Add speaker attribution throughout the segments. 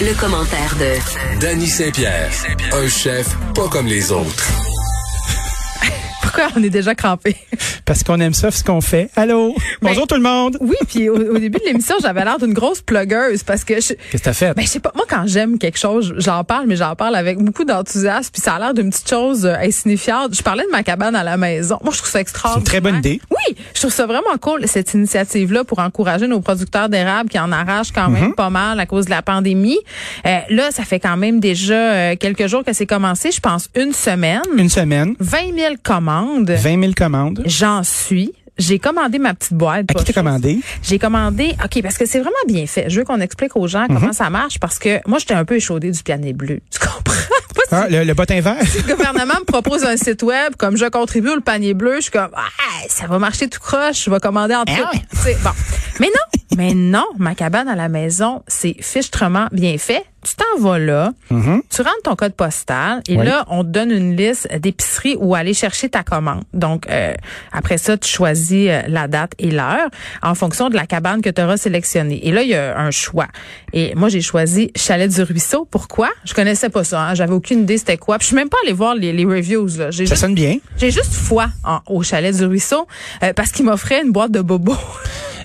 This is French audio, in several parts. Speaker 1: Le, le commentaire de
Speaker 2: Danny Saint-Pierre, un chef pas comme les autres.
Speaker 3: Pourquoi on est déjà crampé?
Speaker 4: Parce qu'on aime ça, ce qu'on fait. Allô? Bonjour tout le monde!
Speaker 3: Oui, puis au, au début de l'émission, j'avais l'air d'une grosse plugueuse parce que je.
Speaker 4: Qu'est-ce que t'as fait?
Speaker 3: Ben, je sais pas, moi, quand j'aime quelque chose, j'en parle, mais j'en parle avec beaucoup d'enthousiasme, puis ça a l'air d'une petite chose euh, insignifiante. Je parlais de ma cabane à la maison. Moi, je trouve ça extraordinaire.
Speaker 4: C'est une très bonne idée.
Speaker 3: Oui, je trouve ça vraiment cool, cette initiative-là, pour encourager nos producteurs d'érable qui en arrachent quand
Speaker 4: Mhm.
Speaker 3: même pas mal à cause de la pandémie. Euh, là, ça fait quand même déjà euh, quelques jours que c'est commencé, je pense une semaine.
Speaker 4: Une semaine,
Speaker 3: 20 000 commandes.
Speaker 4: 20 000 commandes.
Speaker 3: J'en suis. J'ai commandé ma petite boîte.
Speaker 4: À qui
Speaker 3: pas
Speaker 4: t'as
Speaker 3: chose.
Speaker 4: commandé?
Speaker 3: J'ai commandé, OK, parce que c'est vraiment bien fait. Je veux qu'on explique aux gens
Speaker 4: Mhm.
Speaker 3: comment ça marche parce que moi, j'étais un peu échaudée du pianet bleu. Tu comprends? Moi, si
Speaker 4: Ah, le, le bottin vert?
Speaker 3: le gouvernement me propose un site web, comme je contribue au panier bleu, je suis comme, ah, ça va marcher tout croche, je vais commander en tout.
Speaker 4: Ah ouais.
Speaker 3: Tu sais, Bon. Mais non, mais non, ma cabane à la maison, c'est fichtrement bien fait. Tu t'en vas là, tu rentres ton code postal et
Speaker 4: Mhm. Oui.
Speaker 3: là, on te donne une liste d'épiceries où euh, aller chercher ta commande. Donc, euh, après ça, tu choisis euh, la date et l'heure en fonction de la cabane que tu auras sélectionnée. Et là, il y a un choix. Et moi, j'ai choisi Chalet du Ruisseau. Pourquoi? Je connaissais pas ça. hein. J'avais aucune idée c'était quoi. Puis, je suis même pas allée voir les, les reviews. là. J'ai
Speaker 4: Ça
Speaker 3: juste-
Speaker 4: sonne bien.
Speaker 3: j'ai juste foi en- au Chalet du Ruisseau euh, parce qu'il m'offrait une boîte de bobos.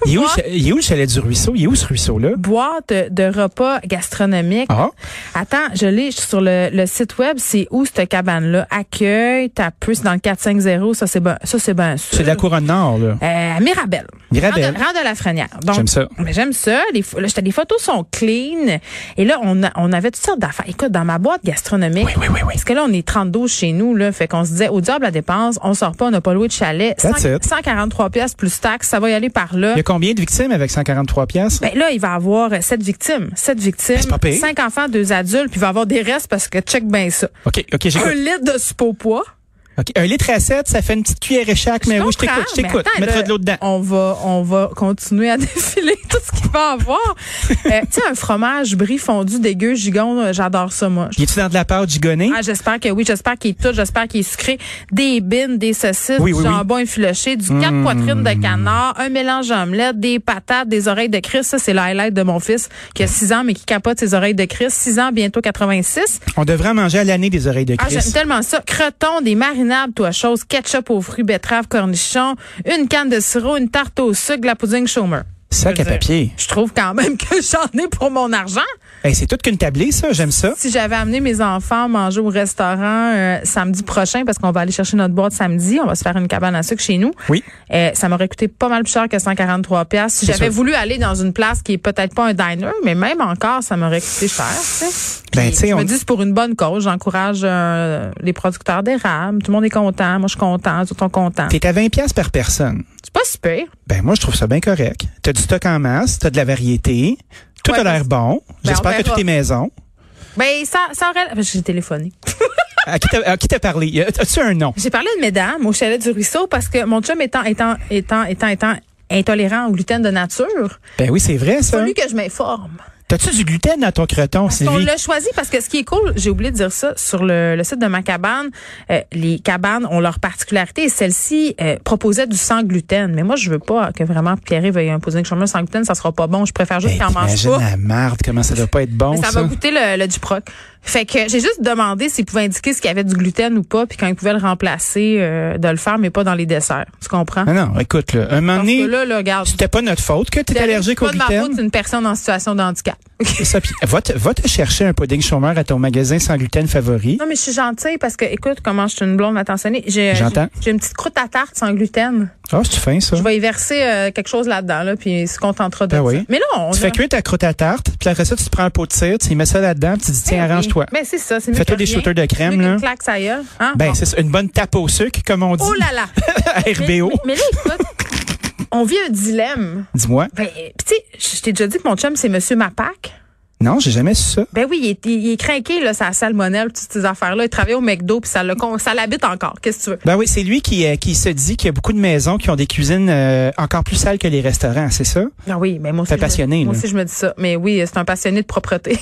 Speaker 4: Il est, où, le cha- il est où le chalet du ruisseau? Il est où ce ruisseau-là?
Speaker 3: boîte de repas gastronomique.
Speaker 4: Ah.
Speaker 3: Attends, je l'ai je suis sur le, le site web, c'est où cette cabane-là? Accueil, t'as plus dans le 450, ça c'est ben, ça c'est ben sûr.
Speaker 4: C'est de la couronne nord, là.
Speaker 3: Euh, à Mirabel.
Speaker 4: Mirabel.
Speaker 3: Rang de, Rang de la Frenière. Donc,
Speaker 4: J'aime ça.
Speaker 3: Mais j'aime ça. Les, pho- là, j'étais- les photos sont clean. Et là, on, a- on avait toutes sortes d'affaires. Écoute, dans ma boîte gastronomique. Parce que là, on est 32 chez nous, là. Fait qu'on se disait, au diable la dépense, on sort pas, on n'a pas loué de chalet.
Speaker 4: That's
Speaker 3: Cent-
Speaker 4: it.
Speaker 3: 143 pièces plus taxes, ça va y aller par là.
Speaker 4: Il y a combien de victimes avec 143 pièces?
Speaker 3: Ben là, il va avoir euh, sept victimes. Sept victimes.
Speaker 4: Ben, c'est pas pire.
Speaker 3: Cinq enfants, deux adultes, puis il va avoir des restes parce que check bien ça.
Speaker 4: OK, OK, j'écoute.
Speaker 3: Un litre de soupe au poids.
Speaker 4: OK, Un litre à 7, ça fait une petite cuillère à chaque, mais oui, je t'écoute, je
Speaker 3: comprends,
Speaker 4: t'écoute.
Speaker 3: mais attends,
Speaker 4: Mettra
Speaker 3: là,
Speaker 4: de l'eau dedans.
Speaker 3: On va, on va continuer à défiler tout ce qu'il va avoir. euh, tu sais, un fromage brie fondu dégueu, gigon, euh, j'adore ça, moi.
Speaker 4: Il est-tu dans de la pâte gigonnée?
Speaker 3: Ah, j'espère que oui, j'espère qu'il est tout, j'espère qu'il est sucré. Des bines, des saucisses,
Speaker 4: Oui,
Speaker 3: du
Speaker 4: oui, Mmh. oui.
Speaker 3: jambon effiloché, du quatre poitrines de canard, un mélange omelette, des patates, des oreilles de Christ. Ça, c'est le highlight de mon fils qui a 6 ans, mais qui capote ses oreilles de Christ. 6 ans, bientôt 86.
Speaker 4: On devrait en manger à l'année des oreilles de
Speaker 3: Ah, j'aime
Speaker 4: Christ.
Speaker 3: tellement ça. Creton, des marinades, toi, chose, ketchup aux fruits, betterave, cornichons, une canne de sirop, une tarte au sucre, de la pudding chômeur.
Speaker 4: Sac à papier.
Speaker 3: Je trouve quand même que j'en ai pour mon argent.
Speaker 4: Hey, c'est toute qu'une tablée, ça. J'aime ça.
Speaker 3: Si j'avais amené mes enfants manger au restaurant euh, samedi prochain, parce qu'on va aller chercher notre boîte samedi, on va se faire une cabane à sucre chez nous.
Speaker 4: Oui.
Speaker 3: Euh, ça m'aurait coûté pas mal plus cher que 143 pièces. Si
Speaker 4: C'est
Speaker 3: j'avais
Speaker 4: sûr.
Speaker 3: voulu aller dans une place qui est peut-être pas un diner, mais même encore, ça m'aurait coûté cher. tu sais.
Speaker 4: Ben,
Speaker 3: Puis
Speaker 4: tu sais,
Speaker 3: je
Speaker 4: on-
Speaker 3: me dis c'est pour une bonne cause. J'encourage euh, les producteurs d'érable. Tout le monde est content. Moi, je suis content. Tout le monde est content.
Speaker 4: T'es à 20 pièces par personne.
Speaker 3: C'est pas super.
Speaker 4: Ben moi, je trouve ça bien correct. T'as du stock en masse, t'as de la variété, tout
Speaker 3: Ouais,
Speaker 4: a l'air bon.
Speaker 3: ben, on
Speaker 4: J'espère que
Speaker 3: verra.
Speaker 4: tout est maison.
Speaker 3: Ben, ça, ça aurait... parce que J'ai téléphoné.
Speaker 4: À qui t'as à qui t'as parlé? Y a- As-tu un nom?
Speaker 3: J'ai parlé de mesdames au chalet du ruisseau parce que mon chum étant, étant, étant, étant, étant intolérant au gluten de nature,
Speaker 4: Ben oui, c'est vrai,
Speaker 3: il a
Speaker 4: ça.
Speaker 3: fallu que je m'informe.
Speaker 4: T'as-tu du gluten dans ton creton,
Speaker 3: On
Speaker 4: Sylvie?
Speaker 3: l'a choisi parce que ce qui est cool, j'ai oublié de dire ça, sur le, le site de ma cabane, euh, les cabanes ont leur particularité et celle-ci euh, proposait du sans gluten. Mais moi, je veux pas que vraiment Pierre veuille imposer un chômeur sans gluten, ça sera pas bon. Je préfère juste
Speaker 4: Ben,
Speaker 3: qu'il en mange
Speaker 4: t'imagines
Speaker 3: pas.
Speaker 4: la marde, comment ça doit pas être bon,
Speaker 3: Mais ça,
Speaker 4: ça.
Speaker 3: va goûter le, le Duproc. Fait que j'ai juste demandé s'ils pouvaient indiquer s'il y avait du gluten ou pas, puis quand ils pouvaient le remplacer, euh, de le faire, mais pas dans les desserts. Tu comprends?
Speaker 4: Ah Non, non, écoute, là, un moment
Speaker 3: Parce que
Speaker 4: donné,
Speaker 3: là, là, regarde.
Speaker 4: c'était pas notre faute que t'es allergique au
Speaker 3: C'est pas de ma faute,
Speaker 4: gluten.
Speaker 3: c'est une personne en situation de handicap.
Speaker 4: C'est ça, puis va, te, va te chercher un pudding chômeur à ton magasin sans gluten favori.
Speaker 3: Non, mais je suis gentille parce que, écoute, comment je suis une blonde attentionnée. J'ai,
Speaker 4: J'entends.
Speaker 3: j'ai- j'ai une petite croûte à tarte sans gluten.
Speaker 4: Ah, c'est fin, ça.
Speaker 3: Je vais y verser euh, quelque chose là-dedans, là, puis il se contentera de
Speaker 4: Ben
Speaker 3: ça.
Speaker 4: oui.
Speaker 3: Mais là, on.
Speaker 4: Tu
Speaker 3: a-
Speaker 4: fais cuire ta croûte à tarte, puis après ça, tu te prends un pot de cire, tu y mets ça là-dedans, puis tu dis, tiens,
Speaker 3: Ben oui.
Speaker 4: arrange-toi.
Speaker 3: Ben, c'est ça, c'est mieux.
Speaker 4: Fais-toi
Speaker 3: que
Speaker 4: des
Speaker 3: rien.
Speaker 4: shooters de crème,
Speaker 3: Mieux qu'une
Speaker 4: là.
Speaker 3: claque, ça y est. Hein?
Speaker 4: Ben,
Speaker 3: Bon.
Speaker 4: c'est ça, une bonne tape au sucre, comme on dit
Speaker 3: Oh là là!
Speaker 4: à
Speaker 3: Mais-
Speaker 4: RBO.
Speaker 3: Mais, mais là, écoute. on vit un dilemme.
Speaker 4: Dis-moi.
Speaker 3: Ben, euh, pis tu sais, je t'ai déjà dit que mon chum, c'est Monsieur Mapac.
Speaker 4: Non, j'ai jamais su ça.
Speaker 3: Ben oui, il est, il est craqué, là, sa salmonelle, toutes ces affaires-là. Il travaille au McDo, puis ça le con- ça l'habite encore. Qu'est-ce que tu veux?
Speaker 4: Ben oui, c'est lui qui, euh, qui se dit qu'il y a beaucoup de maisons qui ont des cuisines euh, encore plus sales que les restaurants, c'est ça?
Speaker 3: Ah oui, mais moi aussi.
Speaker 4: T'es
Speaker 3: je me-
Speaker 4: passionné,
Speaker 3: Moi
Speaker 4: là.
Speaker 3: aussi, je me dis ça. Mais oui, c'est un passionné de propreté.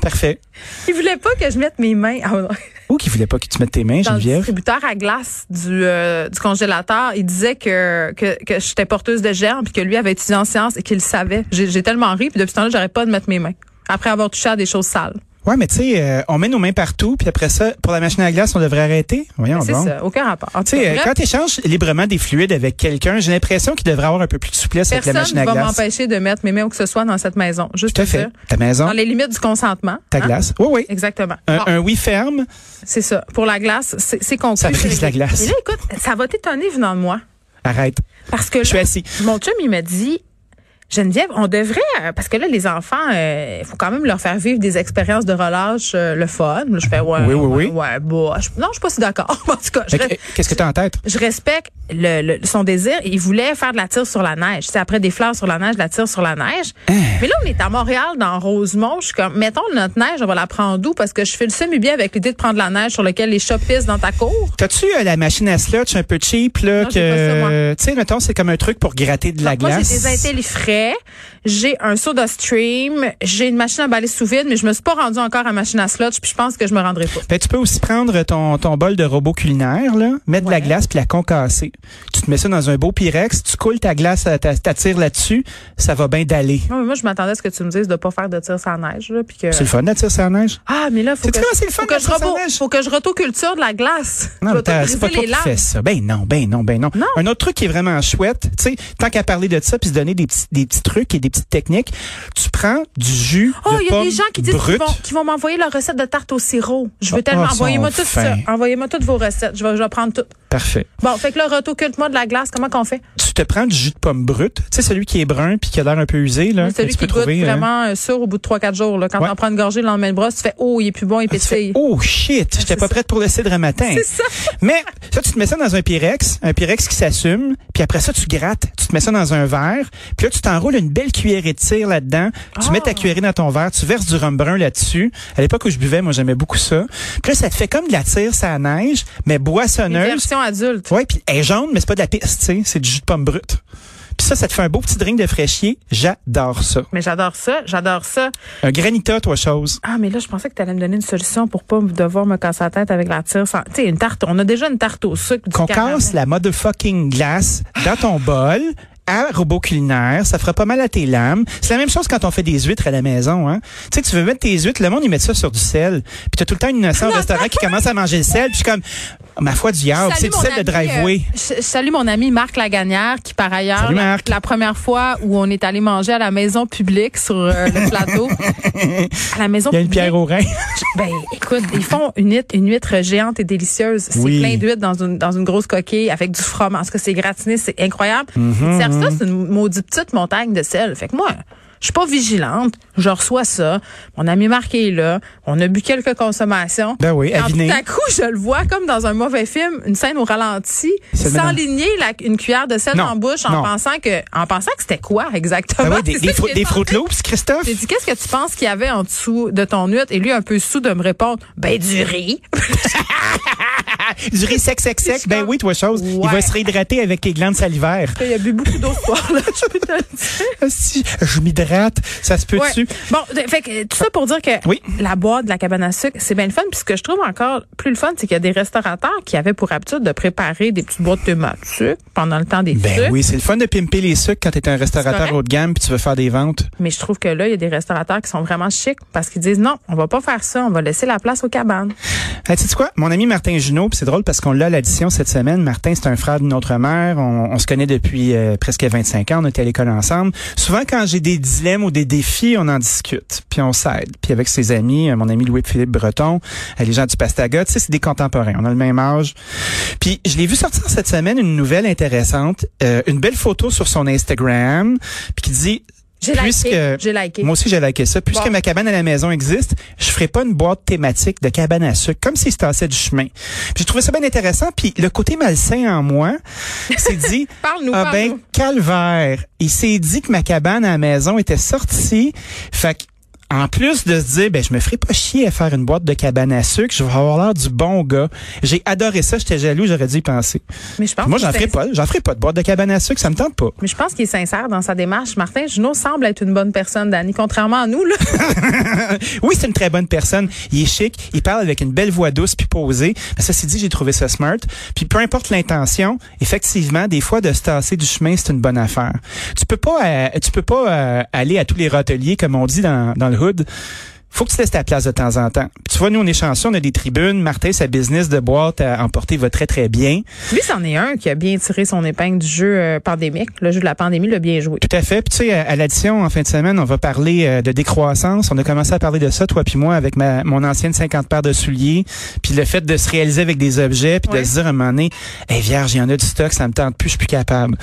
Speaker 4: Parfait.
Speaker 3: il voulait pas que je mette mes mains ah, non,
Speaker 4: Ou qui voulait pas que tu mettes tes mains,
Speaker 3: dans le
Speaker 4: Geneviève?
Speaker 3: distributeur à glace du, euh, du congélateur. Il disait que, que, que j'étais porteuse de germes, puis que lui avait étudié en sciences et qu'il le savait. J'ai j'ai tellement ri, puis depuis ce temps-là, j'arrête pas de mettre mes mains. Après avoir touché à des choses sales.
Speaker 4: Ouais, mais tu sais, euh, on met nos mains partout, puis après ça, pour la machine à glace, on devrait arrêter. Voyons
Speaker 3: C'est
Speaker 4: donc.
Speaker 3: ça, aucun rapport. En tout
Speaker 4: Ah Tu sais,
Speaker 3: cas,
Speaker 4: euh,
Speaker 3: bref,
Speaker 4: quand tu échanges librement des fluides avec quelqu'un, j'ai l'impression qu'il devrait avoir un peu plus de souplesse avec la
Speaker 3: personne
Speaker 4: machine
Speaker 3: ne
Speaker 4: à
Speaker 3: va
Speaker 4: glace.
Speaker 3: m'empêcher de mettre mes mains où que ce soit dans cette maison. Juste
Speaker 4: Tout à
Speaker 3: pour
Speaker 4: fait.
Speaker 3: dire.
Speaker 4: Ta maison,
Speaker 3: Dans les limites du consentement.
Speaker 4: ta
Speaker 3: hein?
Speaker 4: glace. Oui, oui.
Speaker 3: Exactement.
Speaker 4: Un,
Speaker 3: Bon.
Speaker 4: un oui ferme.
Speaker 3: C'est ça. Pour la glace, c'est c'est conclu.
Speaker 4: Ça brise la glace.
Speaker 3: Et là, écoute, ça va t'étonner venant de moi.
Speaker 4: Arrête.
Speaker 3: Parce que
Speaker 4: Je suis
Speaker 3: là,
Speaker 4: assis.
Speaker 3: mon chum, il m'a dit, Geneviève, on devrait, euh, parce que là, les enfants, il faut quand même leur faire vivre des expériences de relâche, euh, le fun. Là, je fais, ouais,
Speaker 4: Oui, oui,
Speaker 3: ouais,
Speaker 4: oui.
Speaker 3: ouais, bah, je- non, je suis pas si d'accord. en tout cas, je,
Speaker 4: Fait que,
Speaker 3: reste-
Speaker 4: euh, Qu'est-ce que t'as en tête?
Speaker 3: je respecte le, le- son désir. Il voulait faire de la tire sur la neige. C'est après des fleurs sur la neige, de la tire sur la neige.
Speaker 4: Hein?
Speaker 3: Mais là, on est à Montréal, dans Rosemont. Je suis comme, mettons notre neige, on va la prendre d'où? Parce que je fais le semi bien avec l'idée de prendre la neige sur laquelle les chats pissent dans ta cour.
Speaker 4: T'as-tu euh, la machine à slotch un peu cheap, là,
Speaker 3: Non, j'ai pas ça, moi.
Speaker 4: que, tu sais, mettons, c'est comme un truc pour gratter de la
Speaker 3: Donc, Moi,
Speaker 4: glace.
Speaker 3: j'ai des intels frais, j'ai un soda stream, j'ai une machine à balayer sous vide, mais je me suis pas rendue encore à machine à slotch, puis je pense que je me rendrai pas.
Speaker 4: Ben, tu peux aussi prendre ton, ton bol de robot culinaire, là, mettre de la glace puis la concasser. Tu te mets ça dans un beau pyrex, tu coules ta glace, euh, ta- t'attires là-dessus, ça va bien d'aller.
Speaker 3: Non, mais moi, je m'attendais à ce que tu me dises de pas faire de tir sans neige, là, puis que.
Speaker 4: C'est le fun d'attirer sur la neige?
Speaker 3: Ah, mais là, faut que,
Speaker 4: Sais-tu comment c'est le fun
Speaker 3: faut que
Speaker 4: de
Speaker 3: je
Speaker 4: faire ça
Speaker 3: repo-
Speaker 4: en neige?
Speaker 3: faut que je rotoculture de la glace. Je
Speaker 4: Non, mais
Speaker 3: vais te
Speaker 4: t'as- c'est pas
Speaker 3: briser
Speaker 4: toi
Speaker 3: les
Speaker 4: qui fais
Speaker 3: lames.
Speaker 4: ça. Ben non, ben non, ben non.
Speaker 3: Non.
Speaker 4: Un autre truc qui est vraiment chouette, tu sais, tant qu'à parler de ça puis se donner des petits, des petits trucs et des petites techniques, tu prends du jus
Speaker 3: Oh,
Speaker 4: de
Speaker 3: il y a
Speaker 4: pomme
Speaker 3: des gens qui disent qu'ils
Speaker 4: brut.
Speaker 3: vont, qu'ils vont m'envoyer leur recette de tarte au sirop. Je veux
Speaker 4: Ah,
Speaker 3: tellement.
Speaker 4: ah, ils sont
Speaker 3: Envoyez-moi tout ça.
Speaker 4: fins.
Speaker 3: Envoyez-moi toutes vos recettes. Je vais, je vais prendre tout.
Speaker 4: Parfait.
Speaker 3: Bon, fait que là, rotoculte-moi de la glace. Comment qu'on fait?
Speaker 4: Tu te prends du jus de pomme brut, tu sais, celui qui est brun puis qui a l'air un peu usé, là. que
Speaker 3: Celui
Speaker 4: tu
Speaker 3: qui
Speaker 4: peux
Speaker 3: goûte
Speaker 4: trouver, euh,
Speaker 3: vraiment euh, sûr au bout de 3-4 jours. Là, quand
Speaker 4: Ouais.
Speaker 3: t'en prends une gorgée, le lendemain le bras, tu fais Oh, il est plus bon, il
Speaker 4: Tu fais,
Speaker 3: pétille.
Speaker 4: oh shit, j'étais pas
Speaker 3: ça.
Speaker 4: prête pour le cidre à matin.
Speaker 3: C'est ça.
Speaker 4: Mais ça, tu te mets ça dans un Pyrex, un Pyrex qui s'assume, puis après ça, tu grattes, tu te mets ça dans un verre, puis là, tu t'enroules une belle cuillerée de cire là-dedans, tu mets ta
Speaker 3: Ah.
Speaker 4: cuillerée dans ton verre, tu verses du rhum brun là-dessus. À l'époque où je buvais, moi, j'aimais beaucoup ça. Puis là, ça te fait comme de la cire, ça neige, mais
Speaker 3: Une
Speaker 4: boissonneuse.
Speaker 3: version adulte.
Speaker 4: Ouais, puis elle est jaune, mais c'est pas de la piste, tu sais, c'est du jus de pomme brute. Puis ça, ça te fait un beau petit drink de fraîchier. J'adore ça.
Speaker 3: Mais j'adore ça, j'adore ça.
Speaker 4: Un Euh, granita, toi, chose.
Speaker 3: Ah, mais là, je pensais que tu allais me donner une solution pour pas me- devoir me casser la tête avec la tire. Sans... Tu sais, une tarte, on a déjà une tarte au sucre. du
Speaker 4: qu'on
Speaker 3: caramel.
Speaker 4: casse la motherfucking glace dans ton bol à robot culinaire, ça fera pas mal à tes lames. C'est la même chose quand on fait des huîtres à la maison, hein. Tu sais, tu veux mettre tes huîtres, le monde, ils mettent ça sur du sel. Puis t'as tout le temps une innocent au restaurant qui commence à manger le sel, puis je suis comme, oh, ma foi du
Speaker 3: Je
Speaker 4: diable,
Speaker 3: salue
Speaker 4: c'est du
Speaker 3: mon
Speaker 4: sel de
Speaker 3: ami,
Speaker 4: driveway.
Speaker 3: euh, je, je salue mon ami Marc Lagagnère qui, par ailleurs,
Speaker 4: Salut,
Speaker 3: la-
Speaker 4: Marc.
Speaker 3: La, première fois où on est allé manger à la maison publique sur euh, le plateau, à la maison
Speaker 4: Il y a une
Speaker 3: publique,
Speaker 4: pierre au rein.
Speaker 3: Ben, écoute, ils font une huître, une huître géante et délicieuse. C'est
Speaker 4: Oui.
Speaker 3: plein d'huîtres dans une, dans une grosse coquille avec du fromage. En tout cas, c'est gratiné, c'est incroyable.
Speaker 4: Mhm,
Speaker 3: Ils servent ça, c'est une maudite petite montagne de sel. Fait que moi, je suis pas vigilante. Je reçois ça. Mon ami Marqué est là. On a bu quelques consommations.
Speaker 4: Ben oui,
Speaker 3: Et en
Speaker 4: aviné.
Speaker 3: tout à coup, je le vois comme dans un mauvais film, une scène au ralenti,
Speaker 4: Ça met dans-
Speaker 3: s'enligner la- une cuillère de sel
Speaker 4: Non,
Speaker 3: en bouche en
Speaker 4: non.
Speaker 3: pensant que, en pensant que c'était quoi exactement?
Speaker 4: Ben ouais, des,
Speaker 3: C'est
Speaker 4: des,
Speaker 3: ça que
Speaker 4: fru-
Speaker 3: j'ai
Speaker 4: des
Speaker 3: pensé.
Speaker 4: Fruit Loops, Christophe.
Speaker 3: J'ai dit, qu'est-ce que tu penses qu'il y avait en dessous de ton huître? Et lui, un peu sous, de me répondre, ben, du riz.
Speaker 4: Du riz sec, sec, sec. Ben oui, toi, chose. Il
Speaker 3: Ouais.
Speaker 4: va se réhydrater avec tes glandes salivaires.
Speaker 3: Il a bu beaucoup d'eau ce soir-là, je peux te le dire.
Speaker 4: Si je m'hydrate, ça se peut-tu?
Speaker 3: Ouais. Bon, de- fait que, euh, tout ça pour dire que
Speaker 4: Oui.
Speaker 3: la boîte de la cabane à sucre, c'est bien le fun. Puis ce que je trouve encore plus le fun, c'est qu'il y a des restaurateurs qui avaient pour habitude de préparer des petites boîtes de à sucre pendant le temps des
Speaker 4: Ben
Speaker 3: sucres.
Speaker 4: oui, c'est le fun de pimper les sucres quand t'es un
Speaker 3: correct.
Speaker 4: restaurateur haut de gamme puis tu veux faire des ventes.
Speaker 3: Mais je trouve que là, il y a des restaurateurs qui sont vraiment chics parce qu'ils disent non, on va pas faire ça, on va laisser la place aux cabanes.
Speaker 4: Hey, tu sais quoi? Mon ami Martin Junot, puis c'est drôle parce qu'on l'a à l'addition cette semaine. Martin, c'est un frère d'une autre mère. On, on se connaît depuis euh, presque 25 ans. On était à l'école ensemble. Souvent, quand j'ai des dilemmes ou des défis, on en discute, puis on s'aide. Puis avec ses amis, euh, mon ami Louis-Philippe Breton, euh, les gens du Pastaga, tu sais, c'est des contemporains. On a le même âge. Puis je l'ai vu sortir cette semaine une nouvelle intéressante, euh, une belle photo sur son Instagram, puis qui dit...
Speaker 3: J'ai liké. J'ai liké.
Speaker 4: Moi aussi, j'ai liké ça. Puisque
Speaker 3: Bon.
Speaker 4: ma cabane à la maison existe, je ferai pas une boîte thématique de cabane à sucre, comme si c'était assez du chemin. Puis J'ai trouvé ça bien intéressant. Puis le côté malsain en moi s'est dit,
Speaker 3: Parle-nous,
Speaker 4: ah ben,
Speaker 3: parle-nous.
Speaker 4: calvaire. Il s'est dit que ma cabane à la maison était sortie. Fait que, en plus de se dire, ben, je me ferai pas chier à faire une boîte de cabane à sucre, je vais avoir l'air du bon gars. J'ai adoré ça, j'étais jaloux, j'aurais dû y penser.
Speaker 3: Mais je pense
Speaker 4: Moi,
Speaker 3: que
Speaker 4: j'en
Speaker 3: c'est-
Speaker 4: ferai pas, j'en ferai pas de boîte de cabane à sucre, ça me tente pas.
Speaker 3: Mais je pense qu'il est sincère dans sa démarche. Martin Junot semble être une bonne personne, Dani, contrairement à nous. Là.
Speaker 4: Oui, c'est une très bonne personne. Il est chic. Il parle avec une belle voix douce puis posée. Mais ça, c'est dit, j'ai trouvé ça smart. Puis peu importe l'intention, effectivement, des fois, de se tasser du chemin, c'est une bonne affaire. Tu peux pas, euh, tu peux pas euh, aller à tous les râteliers, comme on dit dans, dans le hood. Faut que tu laisses ta place de temps en temps. Puis tu vois, nous, on est chanceux, on a des tribunes. Martin, sa business de boîte à emporter va très, très bien.
Speaker 3: Lui, c'en est un qui a bien tiré son épingle du jeu euh, pandémique. Le jeu de la pandémie l'a bien joué.
Speaker 4: Tout à fait. Puis tu sais, à, à l'addition, en fin de semaine, on va parler euh, de décroissance. On a commencé à parler de ça, toi puis moi, avec ma, mon ancienne 50 paires de souliers. Puis le fait de se réaliser avec des objets, puis
Speaker 3: Ouais.
Speaker 4: de se dire à un moment donné, hey, vierge, il y en a du stock, ça me tente plus, je suis plus capable.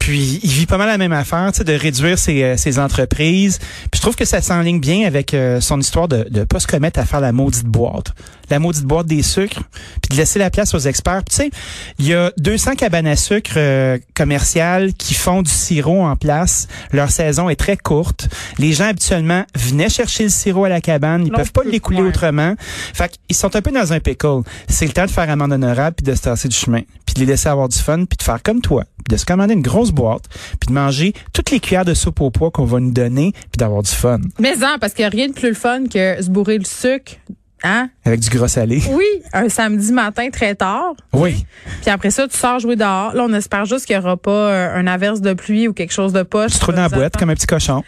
Speaker 4: Puis il vit pas mal la même affaire, tu sais, de réduire ses, euh, ses entreprises. Puis je trouve que ça s'enligne bien avec euh, son histoire de ne pas se commettre à faire la maudite boîte. La maudite boîte des sucres, puis de laisser la place aux experts. Puis tu sais, il y a 200 cabanes à sucre euh, commerciales qui font du sirop en place. Leur saison est très courte. Les gens habituellement venaient chercher le sirop à la cabane. Ils
Speaker 3: Non,
Speaker 4: peuvent pas
Speaker 3: plus,
Speaker 4: l'écouler
Speaker 3: ouais.
Speaker 4: autrement. Fait qu'ils sont un peu dans un pickle. C'est le temps de faire amende honorable puis de se tasser du chemin, puis de les laisser avoir du fun, puis de faire comme toi, puis de se commander une grosse boîte, puis de manger toutes les cuillères de soupe au poids qu'on va nous donner, puis d'avoir du fun
Speaker 3: Mais non, parce qu'il n'y a rien de plus le fun que se bourrer le sucre. Hein?
Speaker 4: avec du gros salé.
Speaker 3: Oui, un samedi matin très tard.
Speaker 4: Oui.
Speaker 3: Puis après ça, tu sors jouer dehors. Là, on espère juste qu'il n'y aura pas euh, un averse de pluie ou quelque chose de poche.
Speaker 4: Tu te trouves dans la boîte comme un petit cochon.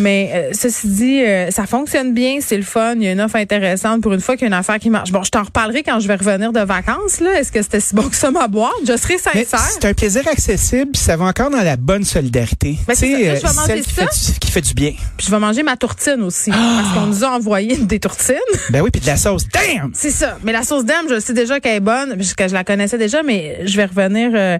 Speaker 3: Mais euh, ceci dit, euh, ça fonctionne bien, c'est le fun, il y a une offre intéressante pour une fois qu'il y a une affaire qui marche. Bon, je t'en reparlerai quand je vais revenir de vacances. là. Est-ce que c'était si bon que ça ma boîte? Je serai
Speaker 4: Mais
Speaker 3: sincère.
Speaker 4: c'est un plaisir accessible, puis ça va encore dans la bonne solidarité.
Speaker 3: Ben,
Speaker 4: Tu
Speaker 3: c'est ça,
Speaker 4: sais,
Speaker 3: je vais
Speaker 4: euh,
Speaker 3: manger
Speaker 4: celle qui
Speaker 3: ça.
Speaker 4: fait, du, qui fait du bien.
Speaker 3: Puis je vais manger ma tourtine aussi. Parce qu'on nous a envoyé des tourtines.
Speaker 4: Ben oui, puis de la sauce. Damn!
Speaker 3: C'est ça. Mais la sauce d'âme, je sais déjà qu'elle est bonne, puisque je la connaissais déjà, mais je vais revenir euh,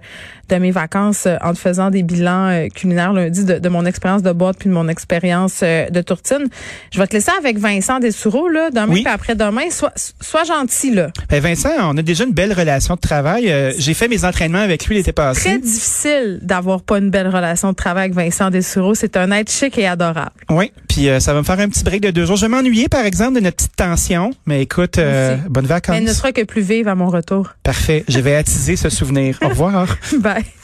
Speaker 3: de mes vacances euh, en te faisant des bilans euh, culinaires lundi de, de mon expérience de boîte puis de mon expérience euh, de tourtine. Je vais te laisser avec Vincent Dessoureau, là, demain
Speaker 4: Oui.
Speaker 3: puis après-demain. Sois, sois gentil, là.
Speaker 4: Ben Vincent, on a déjà une belle relation de travail. Euh, J'ai fait mes entraînements avec lui l'été passé.
Speaker 3: Très difficile d'avoir pas une belle relation de travail avec Vincent Dessoureau. C'est un être chic et adorable.
Speaker 4: Oui, puis euh, ça va me faire un petit break de deux jours. Je vais m'ennuyer, par exemple, de notre petite tension. Mais écoute, euh,
Speaker 3: Merci.
Speaker 4: bonnes
Speaker 3: Mais elle ne
Speaker 4: vacances.
Speaker 3: sera que plus vive à mon retour.
Speaker 4: Parfait, je vais attiser ce souvenir. Au revoir.
Speaker 3: Bye.